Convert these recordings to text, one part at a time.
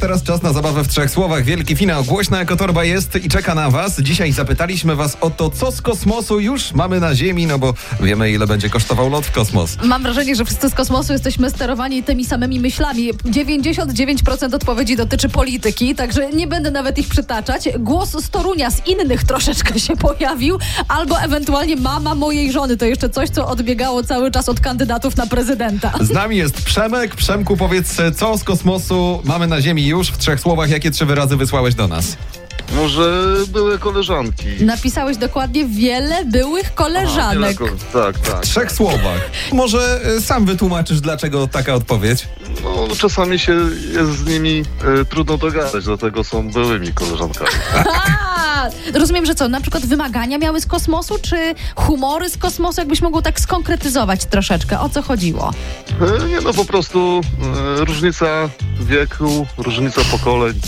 teraz czas na zabawę w trzech słowach. Wielki finał, głośna ekotorba jest i czeka na was. Dzisiaj zapytaliśmy was o to, co z kosmosu już mamy na Ziemi, no bo wiemy, ile będzie kosztował lot w kosmos. Mam wrażenie, że wszyscy z kosmosu jesteśmy sterowani tymi samymi myślami. 99% odpowiedzi dotyczy polityki, także nie będę nawet ich przytaczać. Głos z Torunia z innych troszeczkę się pojawił, albo ewentualnie mama mojej żony. To jeszcze coś, co odbiegało cały czas od kandydatów na prezydenta. Z nami jest Przemek. Przemku, powiedz, co z kosmosu mamy na Ziemi już w trzech słowach, jakie trzy wyrazy wysłałeś do nas? Może były koleżanki. Napisałeś dokładnie wiele byłych koleżanek. Aha, tak, tak. W trzech słowach. Może y, sam wytłumaczysz, dlaczego taka odpowiedź? No, czasami się jest z nimi e, trudno dogadać, dlatego są byłymi koleżankami. A, Tak. rozumiem, że co, na przykład wymagania miały z kosmosu, czy humory z kosmosu? Jakbyś mógł tak skonkretyzować troszeczkę, o co chodziło? E, Nie no, po prostu e, różnica wieku, różnica pokoleń,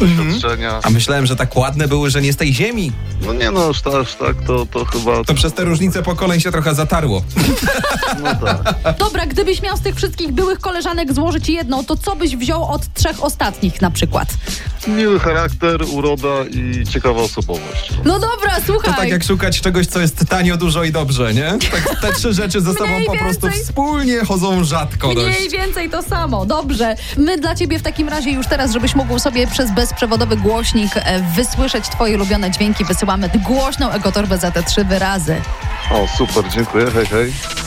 doświadczenia. A myślałem, że tak ładne były, że nie z tej Ziemi. No nie no, aż tak, aż tak to, to chyba... To przez te różnice pokoleń się trochę zatarło. No tak. Dobra, gdybyś miał z tych wszystkich byłych koleżanek złożyć jedną, to co byś wziął od trzech ostatnich na przykład? Miły charakter, uroda i ciekawa osobowość. No dobra, słuchaj. To tak jak szukać czegoś, co jest tanio, dużo i dobrze, nie? Tak, te trzy rzeczy ze sobą Mniej po prostu więcej. wspólnie chodzą rzadko Mniej dość. więcej to samo. Dobrze. My dla ciebie w takim razie już teraz, żebyś mógł sobie przez bezprzewodowy głośnik e, wysłyszeć twoje ulubione dźwięki, wysyłamy głośną ekotorbę za te trzy wyrazy. O, super, dziękuję, hej, hej.